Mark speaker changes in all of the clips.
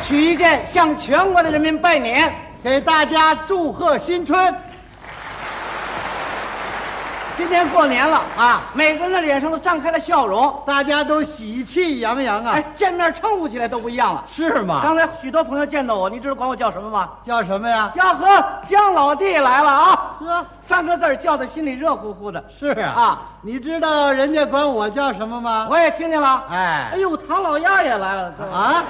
Speaker 1: 曲艺界向全国的人民拜年，
Speaker 2: 给大家祝贺新春
Speaker 1: 今天过年了啊，
Speaker 2: 啊！
Speaker 1: 每个人的脸上都绽开了笑容，
Speaker 2: 大家都喜气洋洋啊，
Speaker 1: 哎，见面称呼起来都不一样了。
Speaker 2: 是吗？
Speaker 1: 刚才许多朋友见到我，你知道管我叫什么吗？
Speaker 2: 叫什么呀？
Speaker 1: 呀呵，姜老弟来了啊！
Speaker 2: 呵，
Speaker 1: 三个字儿叫的心里热乎乎的。
Speaker 2: 是啊。
Speaker 1: 啊
Speaker 2: 你知道人家管我叫什么吗？
Speaker 1: 我也听见了。哎
Speaker 2: 啊哎，
Speaker 1: 呦，唐老鸭也来了，这
Speaker 2: 啊，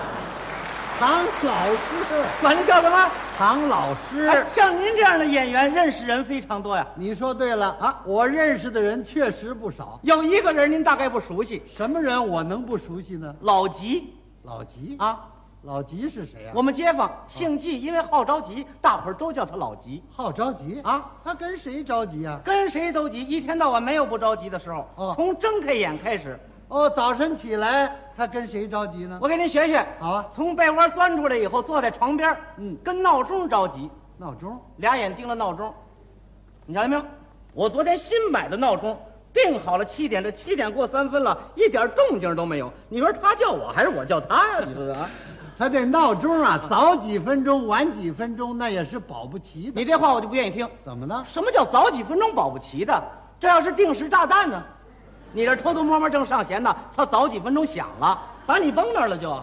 Speaker 2: 唐老师，
Speaker 1: 管您叫什么？
Speaker 2: 唐老师。
Speaker 1: 哎像您这样的演员，认识人非常多呀。
Speaker 2: 你说对了啊，我认识的人确实不少。
Speaker 1: 有一个人您大概不熟悉，
Speaker 2: 什么人我能不熟悉呢？
Speaker 1: 老吉
Speaker 2: 老吉，
Speaker 1: 啊，
Speaker 2: 老吉是谁啊？
Speaker 1: 我们街坊姓季，因为好着急，大伙儿都叫他老吉
Speaker 2: 好着急啊，
Speaker 1: 啊。
Speaker 2: 他跟谁着急啊？
Speaker 1: 跟谁都急，一天到晚没有不着急的时候。
Speaker 2: 哦
Speaker 1: 从睁开眼开始，
Speaker 2: 哦，早晨起来他跟谁着急呢？
Speaker 1: 我给您学学。
Speaker 2: 好啊，
Speaker 1: 从被窝钻出来以后，坐在床边儿
Speaker 2: 嗯
Speaker 1: 跟闹钟着急，
Speaker 2: 闹钟。
Speaker 1: 俩眼盯着闹钟。你瞧见没有？我昨天新买的闹钟，定好了七点，这七点过三分了，一点动静都没有。你说他叫我还是我叫他呀？你说 啊？
Speaker 2: 他这闹钟啊，早几分钟，晚几分钟，那也是保不齐的。
Speaker 1: 你这话我就不愿意听。
Speaker 2: 怎么了？
Speaker 1: 什么叫早几分钟保不齐的？这要是定时炸弹呢？你这偷偷摸摸正上弦呢，他早几分钟响了，把你崩那儿了就。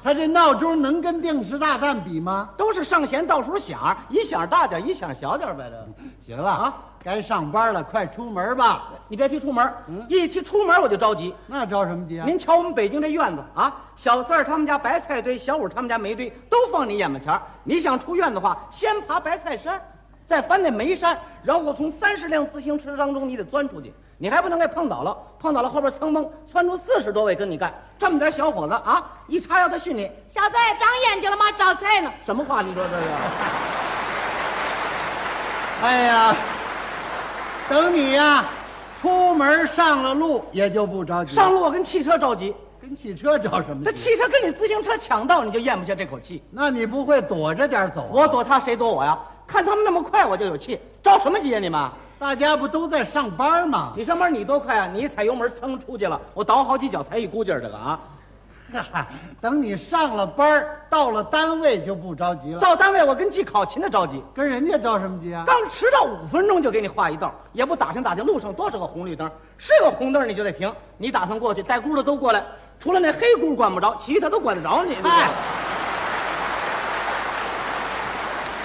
Speaker 2: 他这闹钟能跟定时炸弹比吗？
Speaker 1: 都是上弦倒数响，一响大点，一响小点呗。这，
Speaker 2: 行了
Speaker 1: 啊，
Speaker 2: 该上班了，快出门吧。
Speaker 1: 你别提出门，一提出门我就着急。
Speaker 2: 那着什么急啊？
Speaker 1: 您瞧我们北京这院子啊，小四儿他们家白菜堆，小五他们家煤堆，都放你眼巴前儿。你想出院的话，先爬白菜山，再翻那煤山，然后从三十辆自行车当中你得钻出去，你还不能给碰倒了，碰倒了后边蹭蹦窜出四十多位跟你干。这么点小伙子啊，一叉腰他训你，
Speaker 3: 小子长眼睛了吗？找菜呢？
Speaker 1: 什么话？你说这是？
Speaker 2: 哎呀，等你呀、出门上了路也就不着急。
Speaker 1: 上路我跟汽车着急，
Speaker 2: 跟汽车着什么
Speaker 1: 这
Speaker 2: 急？
Speaker 1: 汽车跟你自行车抢道，你就咽不下这口气。
Speaker 2: 那你不会躲着点走、啊？
Speaker 1: 我躲他，谁躲我呀？看他们那么快，我就有气。着什么急呀、你们？
Speaker 2: 大家不都在上班吗？
Speaker 1: 你上班你多快啊！你一踩油门噌出去了，我倒好几脚才一股劲儿，这个啊！
Speaker 2: 等你上了班儿到了单位就不着急了。
Speaker 1: 到单位我跟记考勤的着急，
Speaker 2: 跟人家着什么急啊？
Speaker 1: 刚迟到五分钟就给你画一道，也不打听打听路上多少个红绿灯，是个红灯你就得停。你打算过去，带箍的都过来，除了那黑箍管不着，其余他都管得着你。对不对
Speaker 2: 嗨，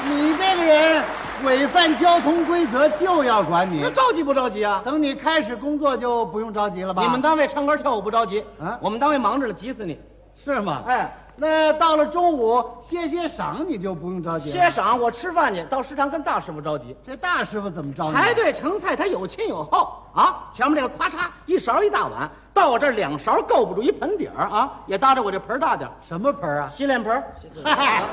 Speaker 2: 你这个人违反交通规则就要管
Speaker 1: 那
Speaker 2: 你。
Speaker 1: 着急不着急啊？
Speaker 2: 等你开始工作就不用着急了吧？
Speaker 1: 你们单位唱歌跳舞不着急
Speaker 2: 啊
Speaker 1: 我们单位忙着了，急死你！
Speaker 2: 是吗？
Speaker 1: 哎，
Speaker 2: 那到了中午歇歇晌，你就不用着急了。
Speaker 1: 歇晌我吃饭去，到食堂跟大师傅着急。
Speaker 2: 这大师傅怎么着你？啊
Speaker 1: 排队盛菜，它有亲有厚啊！前面这个咔嚓一勺一大碗，到我这儿两勺够不住一盆底儿啊，也搭着我这盆儿大点儿，
Speaker 2: 什么盆儿啊？
Speaker 1: 洗脸盆儿。
Speaker 2: 嗨，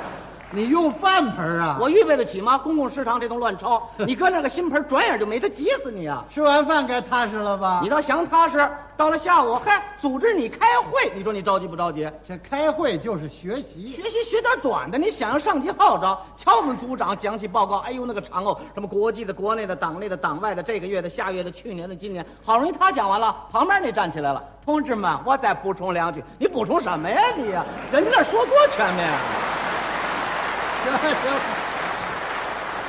Speaker 2: 你用饭盆儿啊？
Speaker 1: 我预备得起吗？公共食堂这种乱抄，你搁那个新盆儿，转眼就没，他急死你啊！
Speaker 2: 吃完饭该踏实了吧
Speaker 1: 你？倒想踏实，到了下午嗨，组织你开会，你说你着急不着急？
Speaker 2: 这开会就是学习，
Speaker 1: 学习学点短的，你想要上级号召。瞧我们组长讲起报告，哎呦那个长哦，什么国际的、国内的、党内的、党外的，这个月的、下月的、去年的、今年，好容易他讲完了，旁边那站起来了，同志们，我再补充两句。你补充什么呀你呀？人家那说多全面啊。
Speaker 2: 行了行了。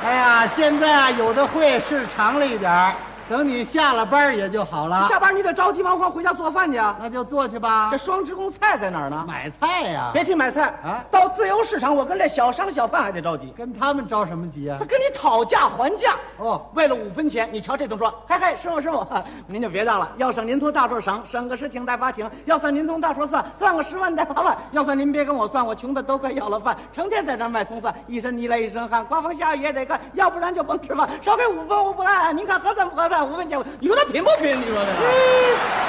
Speaker 2: 哎呀，现在啊，有的会是长了一点儿，等你下了班儿也就好了。
Speaker 1: 下班你得着急忙慌回家做饭去啊。
Speaker 2: 那就坐去吧
Speaker 1: 这，双职工菜在哪儿呢？
Speaker 2: 买菜呀、
Speaker 1: 别提买菜
Speaker 2: 啊
Speaker 1: 到自由市场，我跟这小商小贩还得着急。
Speaker 2: 跟他们着什么急啊
Speaker 1: 他？跟你讨价还价
Speaker 2: 哦
Speaker 1: 为了五分钱，你瞧这动作，嗨嗨，师傅师傅，您就别让了，要省您从大处省，省个十请带八请，要算您从大处算，算个十万带八万，要算您别跟我算，我穷的都快要了饭，成天在这儿卖葱蒜，一身泥来一身汗，刮风下雨也得干，要不然就甭吃饭，少给五分我不按，您看合算不合算？五分钱我，你说他贫不贫？你说 这个，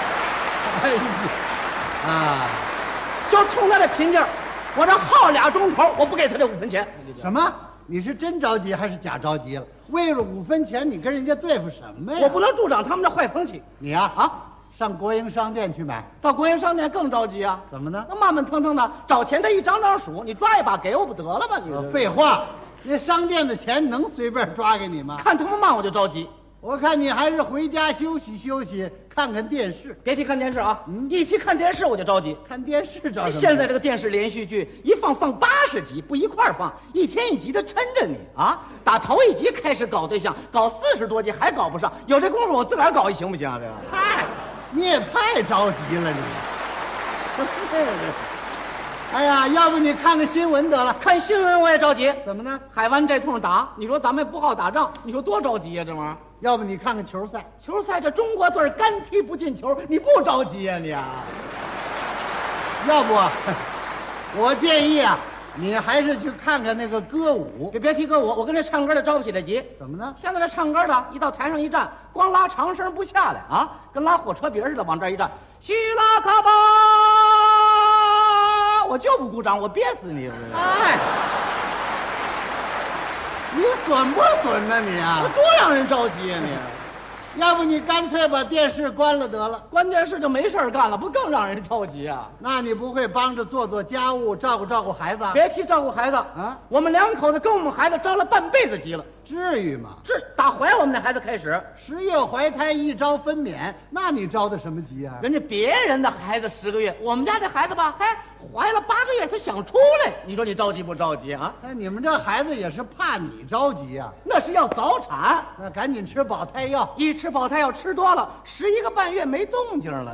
Speaker 2: 哎呀，啊，
Speaker 1: 就冲他这贫劲儿，我这耗俩钟头，我不给他这五分钱，
Speaker 2: 什么？你是真着急还是假着急了？为了五分钱，你跟人家对付什哎么呀？
Speaker 1: 我不，能助长他们这坏风气。
Speaker 2: 你啊
Speaker 1: 啊
Speaker 2: 啊，上国营商店去买，
Speaker 1: 到国营商店更着急啊！
Speaker 2: 怎么呢
Speaker 1: 那慢慢腾腾的找钱，他一张张数，你抓一把给我不得了吗？你这
Speaker 2: 废话，那商店的钱能随便抓给你吗？
Speaker 1: 看他们慢我就着急，
Speaker 2: 我看你还是回家休息休息，看看电视。
Speaker 1: 别提看电视啊，
Speaker 2: 嗯
Speaker 1: 一提看电视我就着急。
Speaker 2: 看电视找什么？
Speaker 1: 哎现在这个电视连续剧一放放八十集，不一块儿放，一天一集的抻着你啊！打头一集开始搞对象，搞四十多集还搞不上，有这功夫我自个儿搞一行不行啊？这个
Speaker 2: 太，哎你也太着 急了，你。这个哎呀，要不你看看新闻得了？
Speaker 1: 看新闻我也着急，
Speaker 2: 怎么呢？
Speaker 1: 海湾这通打，你说咱们不好打仗，你说多着急呀、啊这玩意儿，
Speaker 2: 要不你看看球赛？
Speaker 1: 球赛这中国队干踢不进球，你不着急呀、你啊？
Speaker 2: 要不，我建议啊，你还是去看看那个歌舞。
Speaker 1: 别别提搁我，我跟这唱歌的着不起这急。
Speaker 2: 怎么呢？
Speaker 1: 现在这唱歌的，一到台上一站，光拉长声不下来啊，跟拉火车鼻儿似的，往这儿一站，希拉卡巴，我就不鼓掌，我憋死你！我这
Speaker 2: 哎，你损不损呢、你
Speaker 1: 我
Speaker 2: 啊？
Speaker 1: 多让人着急呀、你！啊
Speaker 2: 要不你干脆把电视关了得了？
Speaker 1: 关键是就没事儿干了，不更让人着急啊？
Speaker 2: 那你不会帮着做做家务、照顾照顾孩子啊？
Speaker 1: 别提照顾孩子
Speaker 2: 啊
Speaker 1: 啊，我们两口子跟我们孩子着了半辈子急了，
Speaker 2: 至于吗？
Speaker 1: 这打怀我们那孩子开始，
Speaker 2: 十月怀胎，一朝分娩，那你着的什么急啊？
Speaker 1: 人家别人的孩子十个月，我们家这孩子吧，还怀了八个月，他想出来，你说你着急不着急啊？
Speaker 2: 那你们这孩子也是怕你着急啊？
Speaker 1: 那是要早产。
Speaker 2: 那赶紧吃保胎药，
Speaker 1: 一吃饱，他要吃多了，十一个半月没动静了。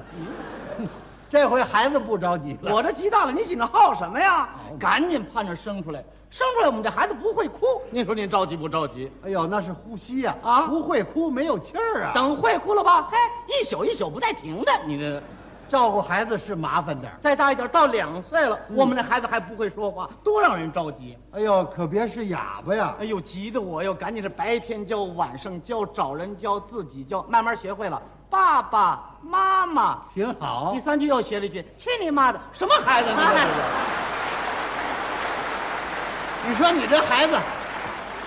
Speaker 2: 这回孩子不着急了。
Speaker 1: 我这急大了，你心里耗什么呀？赶紧盼着生出来，生出来我们这孩子不会哭。您说您着急不着急？
Speaker 2: 哎呦，那是呼吸呀、
Speaker 1: 啊
Speaker 2: 不会哭，没有气儿啊。
Speaker 1: 等会哭了吧？嘿，一宿一宿不带停的。你这
Speaker 2: 照顾孩子是麻烦点儿。
Speaker 1: 再大一点，到两岁了，我们这孩子还不会说话，多让人着急。
Speaker 2: 哎呦，可别是哑巴呀！
Speaker 1: 哎呦，急得我哟，赶紧是白天教，晚上教，找人教，自己教，慢慢学会了。爸爸妈妈，
Speaker 2: 挺好
Speaker 1: 第。三句又学了一句：“去你啊妈的！”什么孩子呢？这是
Speaker 2: 你说你这孩子，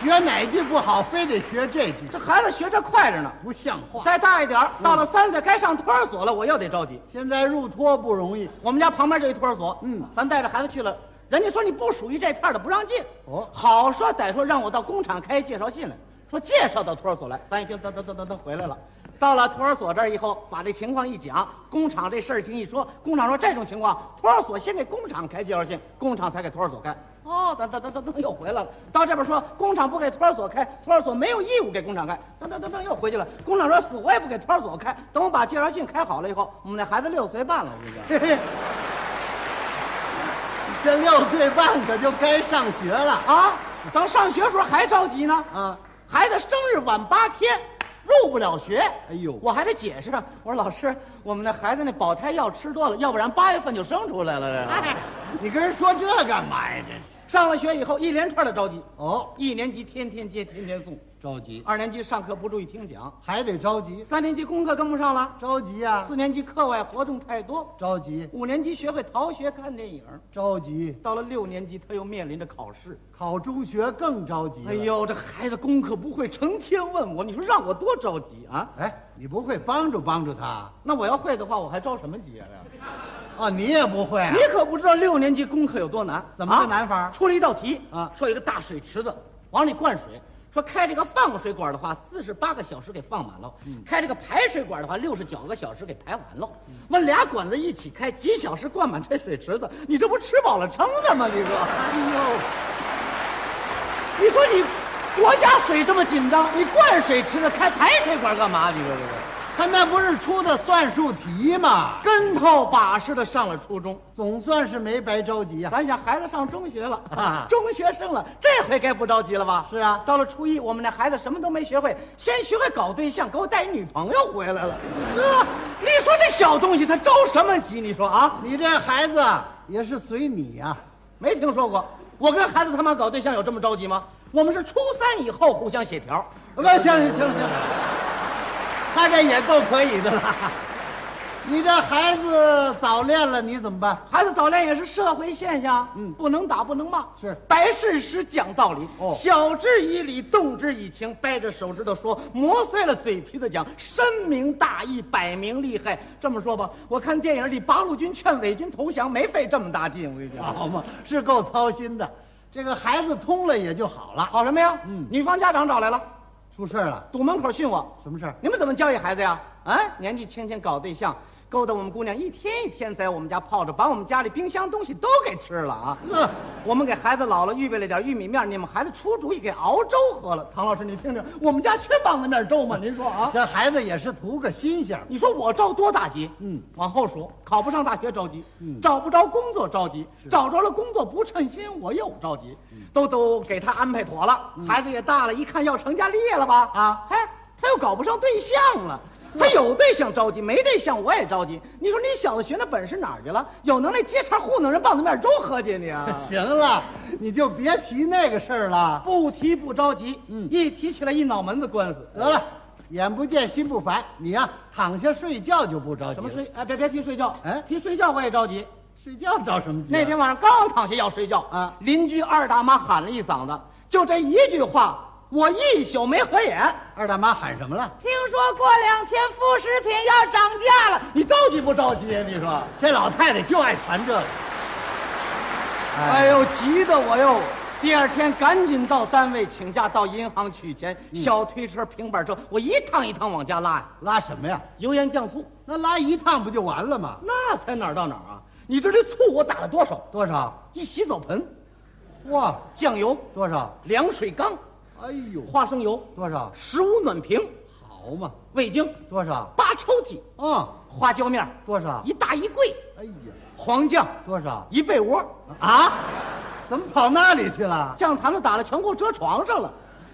Speaker 2: 学哪句不好，非得学这句，
Speaker 1: 这孩子学这快着呢。
Speaker 2: 不像话。
Speaker 1: 再大一点儿，到了三岁该上托儿所了，我又得着急。
Speaker 2: 现在入托不容易，
Speaker 1: 我们家旁边就一托儿所，
Speaker 2: 嗯
Speaker 1: 咱带着孩子去了，人家说你不属于这片儿的，不让进。
Speaker 2: 哦
Speaker 1: 好说歹说，让我到工厂开介绍信来，说介绍到托儿所来。咱一听，噔噔噔噔噔回来了。到了托儿所这儿以后，把这情况一讲，工厂这事情一说，工厂说这种情况，托儿所先给工厂开介绍信，工厂才给托儿所开。哦，噔噔噔噔噔，又回来了。到这边说工厂不给托儿所开，托儿所没有义务给工厂开。噔噔噔噔，又回去了。工厂说死活也不给托儿所开。等我把介绍信开好了以后，我们那孩子六岁半了，我跟你讲。
Speaker 2: 嘿嘿，这六岁半可就该上学了。
Speaker 1: 啊，等上学时候还着急呢。
Speaker 2: 啊，
Speaker 1: 孩子生日晚八天，入不了学。
Speaker 2: 哎呦
Speaker 1: 我还得解释，我说老师，我们那孩子那保胎药吃多了，要不然八月份就生出来了。这个
Speaker 2: 哎，你跟人说这干嘛呀？这是
Speaker 1: 上了学以后，一连串的着急。
Speaker 2: 哦，
Speaker 1: 一年级天天接，天天送；
Speaker 2: 着急，
Speaker 1: 二年级上课不注意听讲；
Speaker 2: 还得着急，
Speaker 1: 三年级功课跟不上了；
Speaker 2: 着急呀、
Speaker 1: 四年级课外活动太多；
Speaker 2: 着急，
Speaker 1: 五年级学会逃学看电影；
Speaker 2: 着急，
Speaker 1: 到了六年级，他又面临着考试。
Speaker 2: 考中学更着急。
Speaker 1: 哎，呦，这孩子功课不会，成天问我，你说让我多着急啊！
Speaker 2: 哎，你不会帮助帮助他？
Speaker 1: 那我要会的话，我还着什么急啊？
Speaker 2: 哦，你也不会、啊
Speaker 1: 你？可不知道六年级功课有多难，
Speaker 2: 怎么个
Speaker 1: 啊
Speaker 2: 难法
Speaker 1: 出了一道题
Speaker 2: 啊
Speaker 1: 说有一个大水池子，往里灌水，说开这个放水管的话，四十八个小时给放满了；开这个排水管的话，六十九个小时给排完了。我俩管子一起开，几小时灌满这水池子，你这不吃饱了撑的吗？你说，哎呦，你说你国家水这么紧张，你灌水池子开排水管干嘛？你说这个
Speaker 2: 他那不是出的算术题吗？
Speaker 1: 跟头把式的上了初中。
Speaker 2: 总算是没白着急 啊。
Speaker 1: 咱想孩子上中学了，
Speaker 2: 啊
Speaker 1: 中学生了，这回该不着急了吧？
Speaker 2: 是啊
Speaker 1: 到了初一，我们那孩子什么都没学会，先学会搞对象，给我带一女朋友回来了。哥，你说这小东西他着什么急？你说啊？
Speaker 2: 你这孩子也是随你呀、
Speaker 1: 没听说过，我跟孩子他妈搞对象有这么着急吗？我们是初三以后互相协调。
Speaker 2: 不，行行行行，他这也够可以的了。 你这孩子早恋了，你怎么办？
Speaker 1: 孩子早恋也是社会现象，
Speaker 2: 嗯
Speaker 1: 不能打，不能骂，
Speaker 2: 是
Speaker 1: 白事实讲道理，
Speaker 2: 哦
Speaker 1: 晓之以理，动之以情，掰着手指头说，磨碎了嘴皮子讲，深明大义，摆明利害。这么说吧，我看电影里八路军劝伪军投降，没费这么大劲，我跟你讲。
Speaker 2: 好嘛，是够操心的。这个孩子通了也就好了。
Speaker 1: 好什么呀？
Speaker 2: 嗯
Speaker 1: 女方家长找来了，
Speaker 2: 出事儿了？
Speaker 1: 堵门口训我。
Speaker 2: 什么事儿？
Speaker 1: 你们怎么教育孩子呀？啊，年纪轻轻搞对象，勾搭我们姑娘，一天一天在我们家泡着，把我们家里冰箱东西都给吃了啊！
Speaker 2: 呵，
Speaker 1: 我们给孩子姥姥预备了点玉米面，你们孩子出主意给熬粥喝了。唐老师，你听听，我们家缺棒子面粥吗？您说啊？
Speaker 2: 这孩子也是图个新鲜儿。
Speaker 1: 你说我着多大急？
Speaker 2: 嗯
Speaker 1: 往后数，考不上大学着急，
Speaker 2: 嗯
Speaker 1: 找不着工作着急，找着了工作不称心，我又着急，
Speaker 2: 嗯
Speaker 1: 都都给他安排妥了，孩子也大了，一看要成家立业了吧？
Speaker 2: 啊嗯
Speaker 1: 哎，他又搞不上对象了。他有对象着急，没对象我也着急。你说你小子学那本事哪儿去了？有能耐接茬糊弄人棒子面粥喝去你啊！
Speaker 2: 行了，你就别提那个事儿了。
Speaker 1: 不提不着急，
Speaker 2: 嗯呃
Speaker 1: 一提起来一脑门子官司。
Speaker 2: 得了，眼不见心不烦，你呀、躺下睡觉就不着急。
Speaker 1: 什么？睡？哎，别别提睡觉，
Speaker 2: 哎
Speaker 1: 提睡觉我也着急。
Speaker 2: 睡觉着什么急啊、
Speaker 1: 那天晚上刚躺下要睡觉
Speaker 2: 啊
Speaker 1: 邻居二大妈喊了一嗓子，就这一句话，我一宿没合眼。
Speaker 2: 二大妈喊什么了？
Speaker 3: 听说过两天副食品要涨价了，
Speaker 1: 你着急不着急？你说？
Speaker 2: 这老太太就爱传这个。
Speaker 1: 哎，呦，急得我哟！第二天赶紧到单位请假，到银行取钱。
Speaker 3: 嗯
Speaker 1: 小推车、平板车，我一趟一趟往家拉呀，
Speaker 2: 拉什么呀？
Speaker 1: 油盐酱醋，
Speaker 2: 那拉一趟不就完了吗？
Speaker 1: 那才哪儿到哪儿啊？你知道这醋我打了多少？
Speaker 2: 多少？
Speaker 1: 一洗澡盆，
Speaker 2: 哇，
Speaker 1: 酱油、
Speaker 2: 多少？
Speaker 1: 凉水缸、
Speaker 2: 哎呦，
Speaker 1: 花生油、
Speaker 2: 多少？
Speaker 1: 十五暖瓶、
Speaker 2: 好嘛，
Speaker 1: 味精、
Speaker 2: 多少？
Speaker 1: 八抽屉、
Speaker 2: 嗯，
Speaker 1: 花椒面儿，
Speaker 2: 多少？
Speaker 1: 一大一柜，
Speaker 2: 哎呀，
Speaker 1: 黄酱
Speaker 2: 多少？
Speaker 1: 一被窝，
Speaker 2: 啊？怎么跑那里去了？
Speaker 1: 酱坛子打了全给我遮床上了，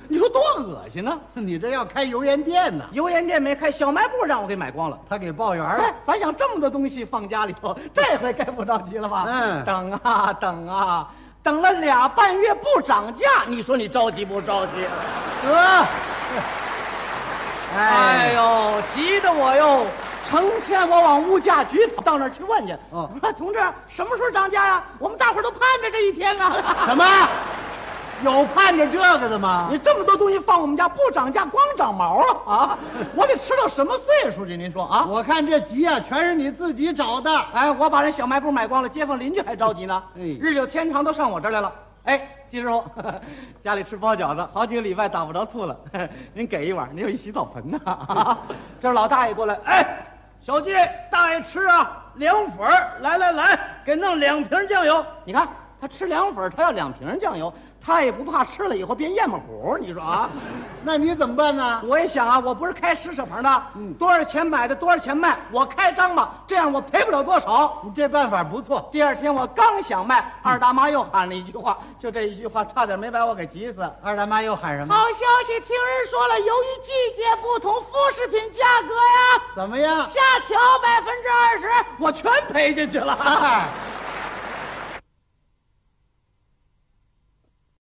Speaker 1: 你说多恶心呢？
Speaker 2: 你这要开油盐店呢？
Speaker 1: 油盐店没开，小卖部让我给买光了。
Speaker 2: 他给报员
Speaker 1: 哎
Speaker 2: 了。，
Speaker 1: 咱想这么多东西放家里头， 这回该不着急了吧？
Speaker 2: 嗯
Speaker 1: 等啊等啊，等了俩半月不涨价，你说你着急不着急？
Speaker 2: 得，
Speaker 1: 哎
Speaker 2: 哎呦，
Speaker 1: 呦，急得我哟！成天我往物价局到那儿去问去。
Speaker 2: 哦
Speaker 1: 我说同志，什么时候涨价呀、我们大伙儿都盼着这一天啊！
Speaker 2: 什么？有盼着这个的吗？
Speaker 1: 你这么多东西放我们家不涨价，光长毛啊啊！我得吃到什么岁数去？您说啊？
Speaker 2: 我看这急啊，全是你自己找的。
Speaker 1: 哎，我把人小卖部买光了，街坊邻居还着急呢。
Speaker 2: 哎
Speaker 1: 日久天长都上我这儿来了。哎，金师傅，家里吃包饺子，好几个礼拜打不着醋了， 您给一碗，您有一洗澡盆呢。 这老大爷过来，哎，小季，大爷吃啊，凉粉儿，来来来，给弄两瓶酱油。你看他吃凉粉儿，他要两瓶酱油，他也不怕吃了以后变咽巴糊，你说啊？
Speaker 2: 那你怎么办呢？
Speaker 1: 我也想啊，我不是开施舍盆的，多少钱买的多少钱卖，我开张吧，这样我赔不了多少。
Speaker 2: 你这办法不错。
Speaker 1: 第二天我刚想卖，二大妈又喊了一句话，就这一句话差点没把我给急死。
Speaker 2: 二大妈又喊什么？
Speaker 3: 好消息，听人说了，由于季节不同，副食品价格呀
Speaker 2: 怎么样？
Speaker 3: 下调百分之二十。
Speaker 1: 我全赔进去了。
Speaker 2: 哎